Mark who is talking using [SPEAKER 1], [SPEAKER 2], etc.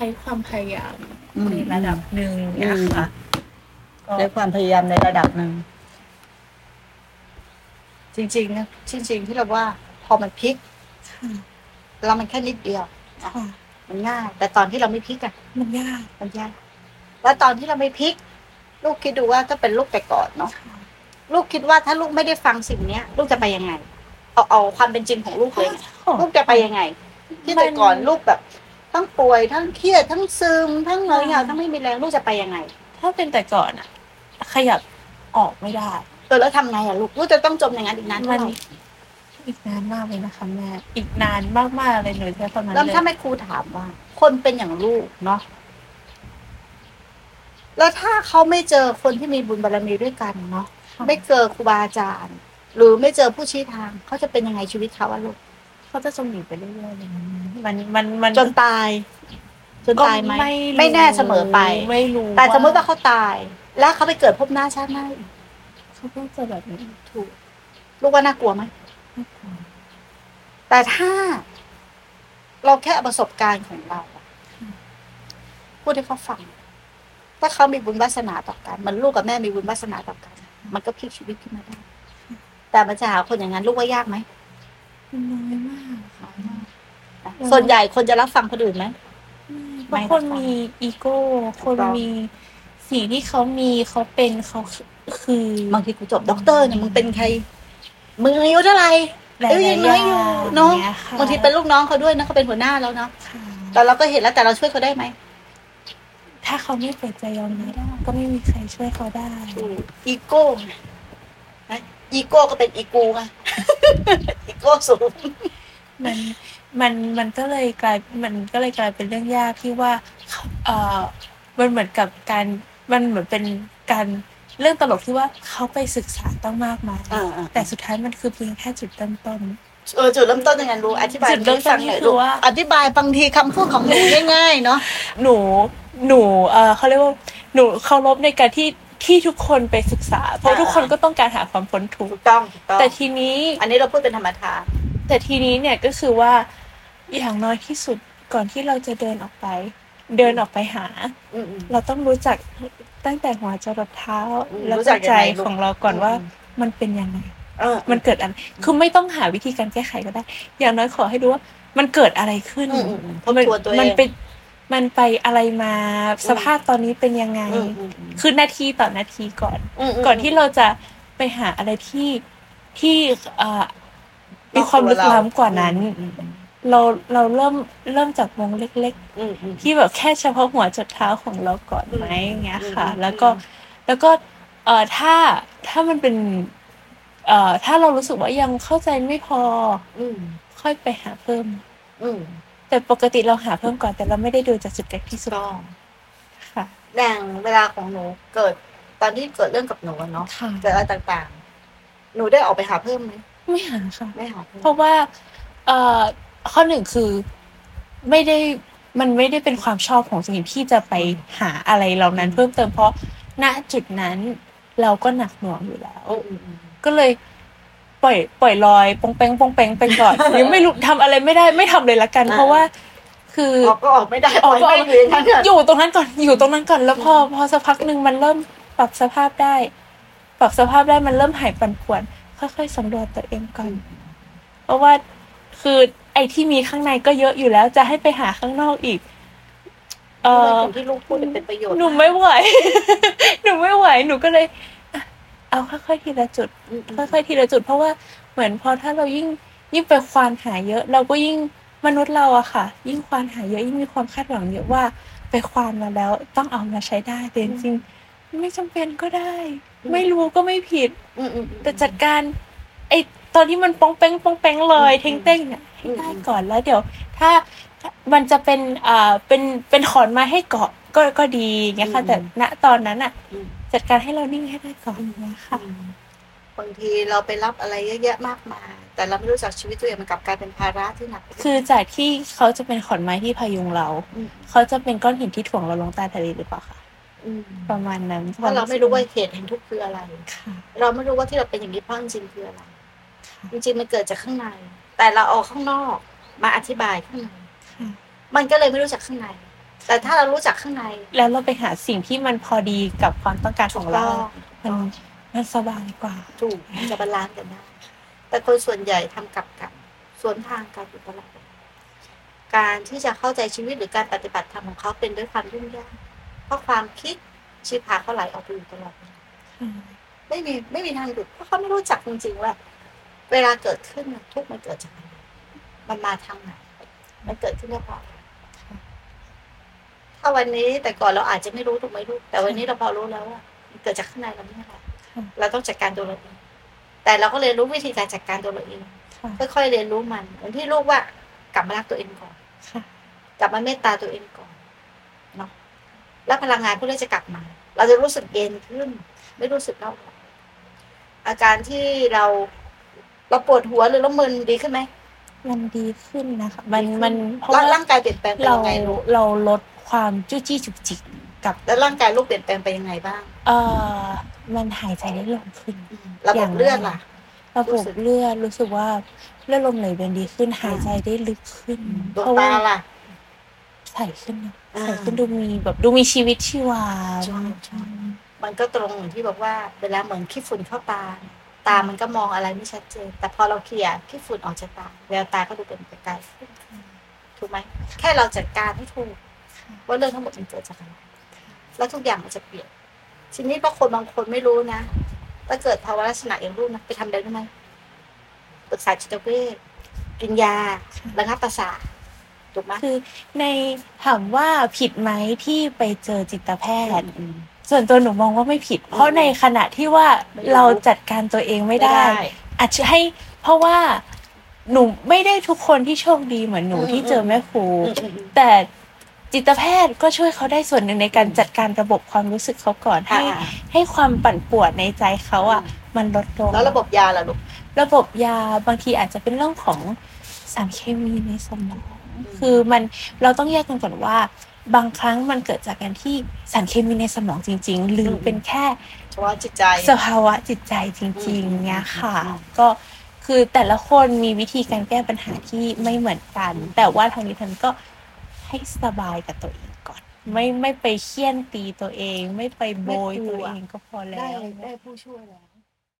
[SPEAKER 1] ช้ความพยายาม
[SPEAKER 2] อืม
[SPEAKER 1] ในระดับหนึ่งเนี่ยค่ะก็
[SPEAKER 2] ใช้ความพยายามในระดับหนึ่ง
[SPEAKER 3] จริงๆนะจริง ๆ ที่เราว่าพอมันพลิก เรามันแค่นิดเดียว
[SPEAKER 1] ค่ะ
[SPEAKER 3] มันง่าย แต่ตอนที่เราไม่พลิกอะ
[SPEAKER 1] มันยาก
[SPEAKER 3] มันยากแล้วตอนที่เราไม่พลิก ลูกคิดดูว่าถ้าเป็นลูกแต่ก่อนเนาะ
[SPEAKER 1] ค่ะ
[SPEAKER 3] ลูกคิดว่าถ้าลูกไม่ได้ฟังสิ่งเนี้ย ลูกจะไปยังไง เอาเอาความเป็นจริงของลูกเลยนะลูกจะไปยังไง ที่แต่ก่อนลูกแบบ ทั้งป่วยทั้งเครียดทั้งซึมทั้งเหงาเหงาทั้งไม่มีแรงลูกจะไปยังไง
[SPEAKER 1] ถ้าเป็นแต่ก่อนอะขยับออกไม่ได้
[SPEAKER 3] เออแล้วทำไงอะลูกลูกจะต้องจมอย่างนั้นอีกนานเท่า
[SPEAKER 1] มัน
[SPEAKER 3] ไหร่
[SPEAKER 1] อีกนานมากเลยนะคะแม่อีกนานมากๆเลยหนูใช้คำนั้น
[SPEAKER 3] แล้ว
[SPEAKER 1] เลย
[SPEAKER 3] ถ้าแม่ครูถามว่า คนเป็นอย่างลูกเนาะแล้วถ้าเขาไม่เจอคนที่มีบุญบารมีด้วยกันเนาะไม่เจอครูบาอาจารย์ หรือไม่เจอผู้ชี้ทางเขาจะเป็นยังไงชีวิตเขาอะลูก
[SPEAKER 1] เขาจะจมหนีไปเรื่อยๆเลยนะมันมันมัน
[SPEAKER 3] จนตาย จนตายไหม
[SPEAKER 1] ก็รู้
[SPEAKER 3] แน่เสมอไป
[SPEAKER 1] ไม่รู้
[SPEAKER 3] แต่สมมติว่าเขาตาย แล้วเขาไปเกิดภพหน้าชาติหน้าอีก
[SPEAKER 1] เขาต้องเจอแบบนี้
[SPEAKER 3] ถูกลูกว่าน่ากลัวไหม
[SPEAKER 1] ไม่กลัว
[SPEAKER 3] แต่ถ้าเราแค่เอาประสบการณ์ของเราอะพูดให้เขาฟัง ถ้าเขามีบุญวาสนาต่อกันเหมันลูกกับแม่มีบุญวาสนาต่อกัน มันก็พลิกชีวิตขึ้นมาได้ แต่มันจะหาคนอย่างนั้นลูกว่ายากไหม
[SPEAKER 1] มันน้อยมากค่ะ อืม
[SPEAKER 3] ส่วนใหญ่คนจะรับฟังคนอื่นไหม
[SPEAKER 1] บางคนมีอีโก้ คนมีสิ่งที่เขามีเขาเป็นเขาคือ
[SPEAKER 3] างทีกูจบด็อกเตอร์เนี่ยมึงเป็นใครมึงอายุเท่าไหร่
[SPEAKER 1] หลายๆ
[SPEAKER 3] เอ้ยยังน้อยอยู่
[SPEAKER 1] ง
[SPEAKER 3] เนอะ
[SPEAKER 1] ยค่ะ
[SPEAKER 3] บางทีเป็นลูกน้องเขาด้วยนะเขาเป็นหัวหน้าแล้วเนาะ
[SPEAKER 1] ค่ะ
[SPEAKER 3] แต่เราก็เห็นแล้วแต่เราช่วยเขาได้ไหม
[SPEAKER 1] ถ้าเขาไม่เปิดใจยอมรับก็ไม่มีใครช่วยเขาได้
[SPEAKER 3] อีโก้ไงนะอีโก้ก็เป็นอีกูไง อีโก้สูง
[SPEAKER 1] มันมันมันก็เลยกลายมันก็เลยกลายเป็นเรื่องยากที่ว่า เออมันเหมือนกับการมันเหมือนเป็นการเรื่องตลกที่ว่าเขาไปศึกษาต้องมากมาย
[SPEAKER 3] อ่าอ่า
[SPEAKER 1] แต่สุดท้ายมันคือเพียงแค่จุดเริ่มต้น
[SPEAKER 3] เออจุดเริ่มต้นยังไงรู้อธิบาย
[SPEAKER 1] จุดเริ่มต้นนี่
[SPEAKER 3] ให้ฟังหอย
[SPEAKER 1] คือว่า
[SPEAKER 3] อธิบายบางทีคำพูดของหนูง่ายๆเนาะ
[SPEAKER 1] หนู หนู เออเขาเรียกว่า หนูเคารพในการที่ ที่ทุกคนไปศึกษา เพราะทุกคนก็ต้องการหาความพ้นทุก
[SPEAKER 3] ถู
[SPEAKER 1] ข์
[SPEAKER 3] กต้องถูกต้อง
[SPEAKER 1] แต่ทีนี้
[SPEAKER 3] อันนี้เราพูดเป็นธรรมทาน
[SPEAKER 1] แต่ทีนี้เนี่ยก็คือว่า อย่างน้อยที่สุดก่อนที่เราจะเดินออกไป เดินออกไปหา
[SPEAKER 3] อืมอืม
[SPEAKER 1] เราต้องรู้จักตั้งแต่หัวจรดเท้า
[SPEAKER 3] อืม
[SPEAKER 1] แล้ว
[SPEAKER 3] รู้จั
[SPEAKER 1] ก็
[SPEAKER 3] กยังไง
[SPEAKER 1] ใจ
[SPEAKER 3] ลูก
[SPEAKER 1] ของเราก่อนว่า
[SPEAKER 3] อืม
[SPEAKER 1] มันเป็นยังไง
[SPEAKER 3] เออ
[SPEAKER 1] มันเกิดอะไร คือไม่ต้องหาวิธีการแก้ไขก็ได้ อย่างน้อยขอให้รู้ว่า มันเกิดอะไรขึ้น
[SPEAKER 3] อืมอืมอืมทบ
[SPEAKER 1] มั
[SPEAKER 3] ทวนตัวเอง
[SPEAKER 1] มันไปมันไปอะไรมา สภาพตอนนี้เป็นยังไง
[SPEAKER 3] อืมอืมอืม
[SPEAKER 1] คือนาทีต่อนาทีก่อน
[SPEAKER 3] มม
[SPEAKER 1] ก่อนที่เราจะไปหาอะไรที่ที่เอ่อมีความลึกล้ำกว่านั้น
[SPEAKER 3] อืมอืม
[SPEAKER 1] เราเราเริ่มเริ่มจากวงเล็ก ๆ
[SPEAKER 3] อืมอืม
[SPEAKER 1] ที่แบบแค่เฉพาะหัวจดเท้าของเราก่อนไหมอย่างเงี้ยค่ะ
[SPEAKER 3] อืม
[SPEAKER 1] แล้วก็แล้วก็เอ่อถ้าถ้ามันเป็นเอ่อถ้าเรารู้สึกว่ายังเข้าใจไม่พอ
[SPEAKER 3] อืม
[SPEAKER 1] ค่อยไปหาเพิ่ม
[SPEAKER 3] อืม
[SPEAKER 1] แต่ปกติเราหาเพิ่มก่อน แต่เราไม่ได้ดูจากจุดเล็กที่สุด
[SPEAKER 3] ต้อง
[SPEAKER 1] ค่ะ
[SPEAKER 3] แบ่งเวลาของหนูเกิด ตอนที่เกิดเรื่องกับหนูอะเนาะ
[SPEAKER 1] ค่ะ
[SPEAKER 3] เกิดอะไรต่างๆ หนูได้ออกไปหาเพิ่มไหม
[SPEAKER 1] ไม่หาค่ะ
[SPEAKER 3] ไม่หาเพิ่ม
[SPEAKER 1] เพราะว่าเอ่อข้อหนึ่งคือไม่ได้มันไม่ได้เป็นความชอบของสิ่งที่จะไปหาอะไรเหล่านั้น เพิ่มเติมเพราะณจุดนั้นเราก็หนักหน่วงอยู่แล้ว
[SPEAKER 3] อืมอืมอืม
[SPEAKER 1] ก็เลยปล่อยปล่อยลอยปองแปงปองแปงไปก่อน ยังไม่รู้ทำอะไรไม่ได้ไม่ทำเลยละกัน เพราะว่า คือ
[SPEAKER 3] ออกก็ออกไม่ได้
[SPEAKER 1] ออก
[SPEAKER 3] ปล่ยไม่อยู่อย่างนั้นเถอะ
[SPEAKER 1] อยู่ตรงนั้นก่อนอยู่ตรงนั้นก่อนแล้วพอพอสักพักหนึ่งมันเริ่มปรับสภาพได้ ปรับสภาพได้มันเริ่มหายปั่นป่วน ค่อยๆสำรวจตัวเองก่อน เพราะว่าคือไอ้ที่มีข้างในก็เยอะอยู่แล้วจะให้ไปหาข้างนอกอีก เอ
[SPEAKER 3] ทำไม
[SPEAKER 1] อ
[SPEAKER 3] สิ่งที่ลูกพูดเป็นประโยชน์
[SPEAKER 1] หนูไม่ไหว หนูไม่ไหว หนูก็เลยอ่ะเอาค่อยๆทีละจุด
[SPEAKER 3] อืมอืม
[SPEAKER 1] ค่อยๆทีละจุดเพราะว่าเหมือนพอถ้าเรายิ่งยิ่งไปควานหาเยอะ เราก็ยิ่งมนุษย์เราอะค่ะ ยิ่งควานหาเยอะยิ่งมีความคาดหวังเยอะว่าไปควานมาแล้วต้องเอามาใช้ได้แต่จริงๆไม่จำเป็นก็ได้
[SPEAKER 3] อืม
[SPEAKER 1] ไม่รู้ก็ไม่ผิด
[SPEAKER 3] อืมอืมอืม
[SPEAKER 1] แต่จัดการไอตอนที่มันป้องแป้งป้องแป้งเลย
[SPEAKER 3] อืม
[SPEAKER 1] เท่งเต้งเนี่ยให้
[SPEAKER 3] อืม
[SPEAKER 1] ได้ก่อนแล้วเดี๋ยว ถ้ามันจะเป็นเอ่อเป็นเป็นขอนไมาให้เกาะก็ก็ดีอย่างเงี้ยค่ะ แต่ณตอนนั้นอะ
[SPEAKER 3] อืม
[SPEAKER 1] จัดการให้เรานิ่งให้ได้ก่อนนะคะ
[SPEAKER 3] บางทีเราไปรับอะไรเยอะแยะมากมาย แต่เราไม่รู้จักชีวิตตัวเองมันกลับกลายเป็นภาระที่หนักไปด้วย
[SPEAKER 1] คือจากที่เขาจะเป็นขอนไม้ที่พยุงเรา
[SPEAKER 3] ม
[SPEAKER 1] เขาจะเป็นก้อนหินที่ถ่วงเราลงใต้ทะเลหรือเปล่าคะ
[SPEAKER 3] อืม
[SPEAKER 1] ประมาณนั้น
[SPEAKER 3] ถ้าเราไม่รู้ว่าเหตุแห่งทุกข์คืออะไร
[SPEAKER 1] ค่ะ
[SPEAKER 3] เราไม่รู้ว่าที่เราเป็นอย่างนี้เพราะจริงๆคืออะไร
[SPEAKER 1] ค่ะ
[SPEAKER 3] จริงๆมันเกิดจากข้างใน แต่เราเอาข้างนอกมาอธิบายข้างใน
[SPEAKER 1] ค่ะ
[SPEAKER 3] มันก็เลยไม่รู้จักข้างใน แต่ถ้าเรารู้จักข้างใน
[SPEAKER 1] แล้วเราไปหาสิ่งที่มันพอดีกับความต้องการข
[SPEAKER 3] ถู
[SPEAKER 1] อง
[SPEAKER 3] ก
[SPEAKER 1] เรามั
[SPEAKER 3] ต้อง
[SPEAKER 1] นมันสบายกว่า
[SPEAKER 3] ถูกมันจะบาลานซ์กันได้แต่คนส่วนใหญ่ทำกลับกันสวนทางกันอยู่ตลอดเวลาการที่จะเข้าใจชีวิตหรือการปฏิบัติธรรมของเขาเป็นด้วยความยุ่งยากเพราะความคิดชีพพาเขาไหลออกไปอยู่ตลอดเวลา ไม่มีไม่มีทางหยุดเพราะเขาไม่รู้จักจริงๆว่า เวลาเกิดขึ้นน่ะทุกข์มันเกิดจากอะไรมันมาทางไหนมันเกิดขึ้นได้เพราะอะไรถ้าวันนี้แต่ก่อนเราอาจจะไม่รู้ถูกไหมลูกแต่วันนี้เราพอรู้แล้วว่ามันเกิดจากข้างในเราไม่ใช่หรอ
[SPEAKER 1] ค่ะ
[SPEAKER 3] เราต้องจัดการตัวเราเองแต่เราก็เรียนรู้วิธีการจัดการตัวเราเอง
[SPEAKER 1] ค่ะ
[SPEAKER 3] ค่อยๆเรียนรู้มันเหมือนที่ลูกว่ากลับมารักตัวเองก่อน
[SPEAKER 1] ค่ะ
[SPEAKER 3] กลับมาเมตตาตัวเองก่อนเนาะแล้วพลังงานพวกนี้จะกลับมา เราจะรู้สึกเย็นขึ้น ไม่รู้สึกเล่าร้อนอาการที่เราเราปวดหัวหรือเรามึนดีขึ้นไหม
[SPEAKER 1] มันดีขึ้นนะคะ มันมันเพราะ
[SPEAKER 3] ร่าง
[SPEAKER 1] ว่า
[SPEAKER 3] ร่างกายเปลี่ยนแปลงไป
[SPEAKER 1] เรา
[SPEAKER 3] ยังไงลูก
[SPEAKER 1] เราลดความจู้จี้จุกจิกกับ
[SPEAKER 3] แล้วร่างกายลูกเปลี่ยนแปลงไปยังไงบ้าง
[SPEAKER 1] เออมันหายใจได้ลงขึ้น
[SPEAKER 3] ระบบเลือดล่ะ
[SPEAKER 1] ระบ
[SPEAKER 3] รู้
[SPEAKER 1] บ
[SPEAKER 3] สึก
[SPEAKER 1] เลือดรู้สึกว่าเลือดลมไหลเวียนดีขึ้นหายใจได้ลึกขึ้น
[SPEAKER 3] ด
[SPEAKER 1] เพ
[SPEAKER 3] วง
[SPEAKER 1] ราะ
[SPEAKER 3] ตา
[SPEAKER 1] ว่า
[SPEAKER 3] ล่ะ
[SPEAKER 1] ใสขึ้นนะ
[SPEAKER 3] อ่า
[SPEAKER 1] ใสขึ้นดูมีแบบดูมีชีวิตชีวา
[SPEAKER 3] ใช่ใช่ มันก็ตรงอย่างที่บอกว่า เวลาเหมือนขี้ฝุ่นเข้าตา ตามันก็มองอะไรไม่ชัดเจน แต่พอเราเคลียร์ขี้ฝุ่นออกจากตาแววตาก็ดูเป็นประกายขึ้นถูกไหมแค่เราจัดการให้ถูก ว่าเรื่องทั้งหมดมันเกิดจากอะไร แล้วทุกอย่างมันจะเปลี่ยน ทีนี้บางคนบางคนไม่รู้นะ ถ้าเกิดภาวะลักษณะอย่างรูปนะ ไปทำได้ไหมปรึกษาจิตเวชกินยาระงับประสาทถูกไหม
[SPEAKER 1] คือในถามว่าผิดไหมที่ไปเจอจิตแพทย์ ส่วนตัวหนูมองว่าไม่ผิด เพราะในขณะที่ว่าเราจัดการตัวเองไม่ได้ อาจจะให้เพราะว่าหนูไม่ได้ทุกคนที่โชคดีเหมือนหนูที่เจอแม่ครู
[SPEAKER 3] อืมอืมอืม
[SPEAKER 1] แต่จิตแพทย์ก็ช่วยเขาได้ส่วนหนึ่งในการจัดการระบบความรู้สึกเขาก่อนให้
[SPEAKER 3] อ่าอ่า
[SPEAKER 1] ให้ความปั่นป่วนในใจเขาอ่ะ
[SPEAKER 3] อืม
[SPEAKER 1] มันลดลง
[SPEAKER 3] แล้วระบบยาล่ะลูก
[SPEAKER 1] ระบบยาบางทีอาจจะเป็นเรื่องของสารเคมีในสมองคือมันเราต้องแยกกันก่อนว่า บางครั้งมันเกิดจากการที่สารเคมีในสมองจริง ๆ หรืออ
[SPEAKER 3] ม
[SPEAKER 1] เป็นแค่
[SPEAKER 3] เฉพาะจิตใจ
[SPEAKER 1] สภาวะจิตใจจริง
[SPEAKER 3] อืม
[SPEAKER 1] ๆ เนี่ยค่ะ
[SPEAKER 3] อืม
[SPEAKER 1] ก็คือแต่ละคนมีวิธีการแก้ปัญหาที่ไม่เหมือนกัน แต่ว่าทางนี้ท่านก็ให้สบายกับตัวเองก่อน ไม่ไม่ไปเคี่ยนตีตัวเอง ไม่ไปโบยตัวเองก็พอแล้
[SPEAKER 3] ได้
[SPEAKER 1] ว
[SPEAKER 3] ได้ผู้ช่วยแล้ว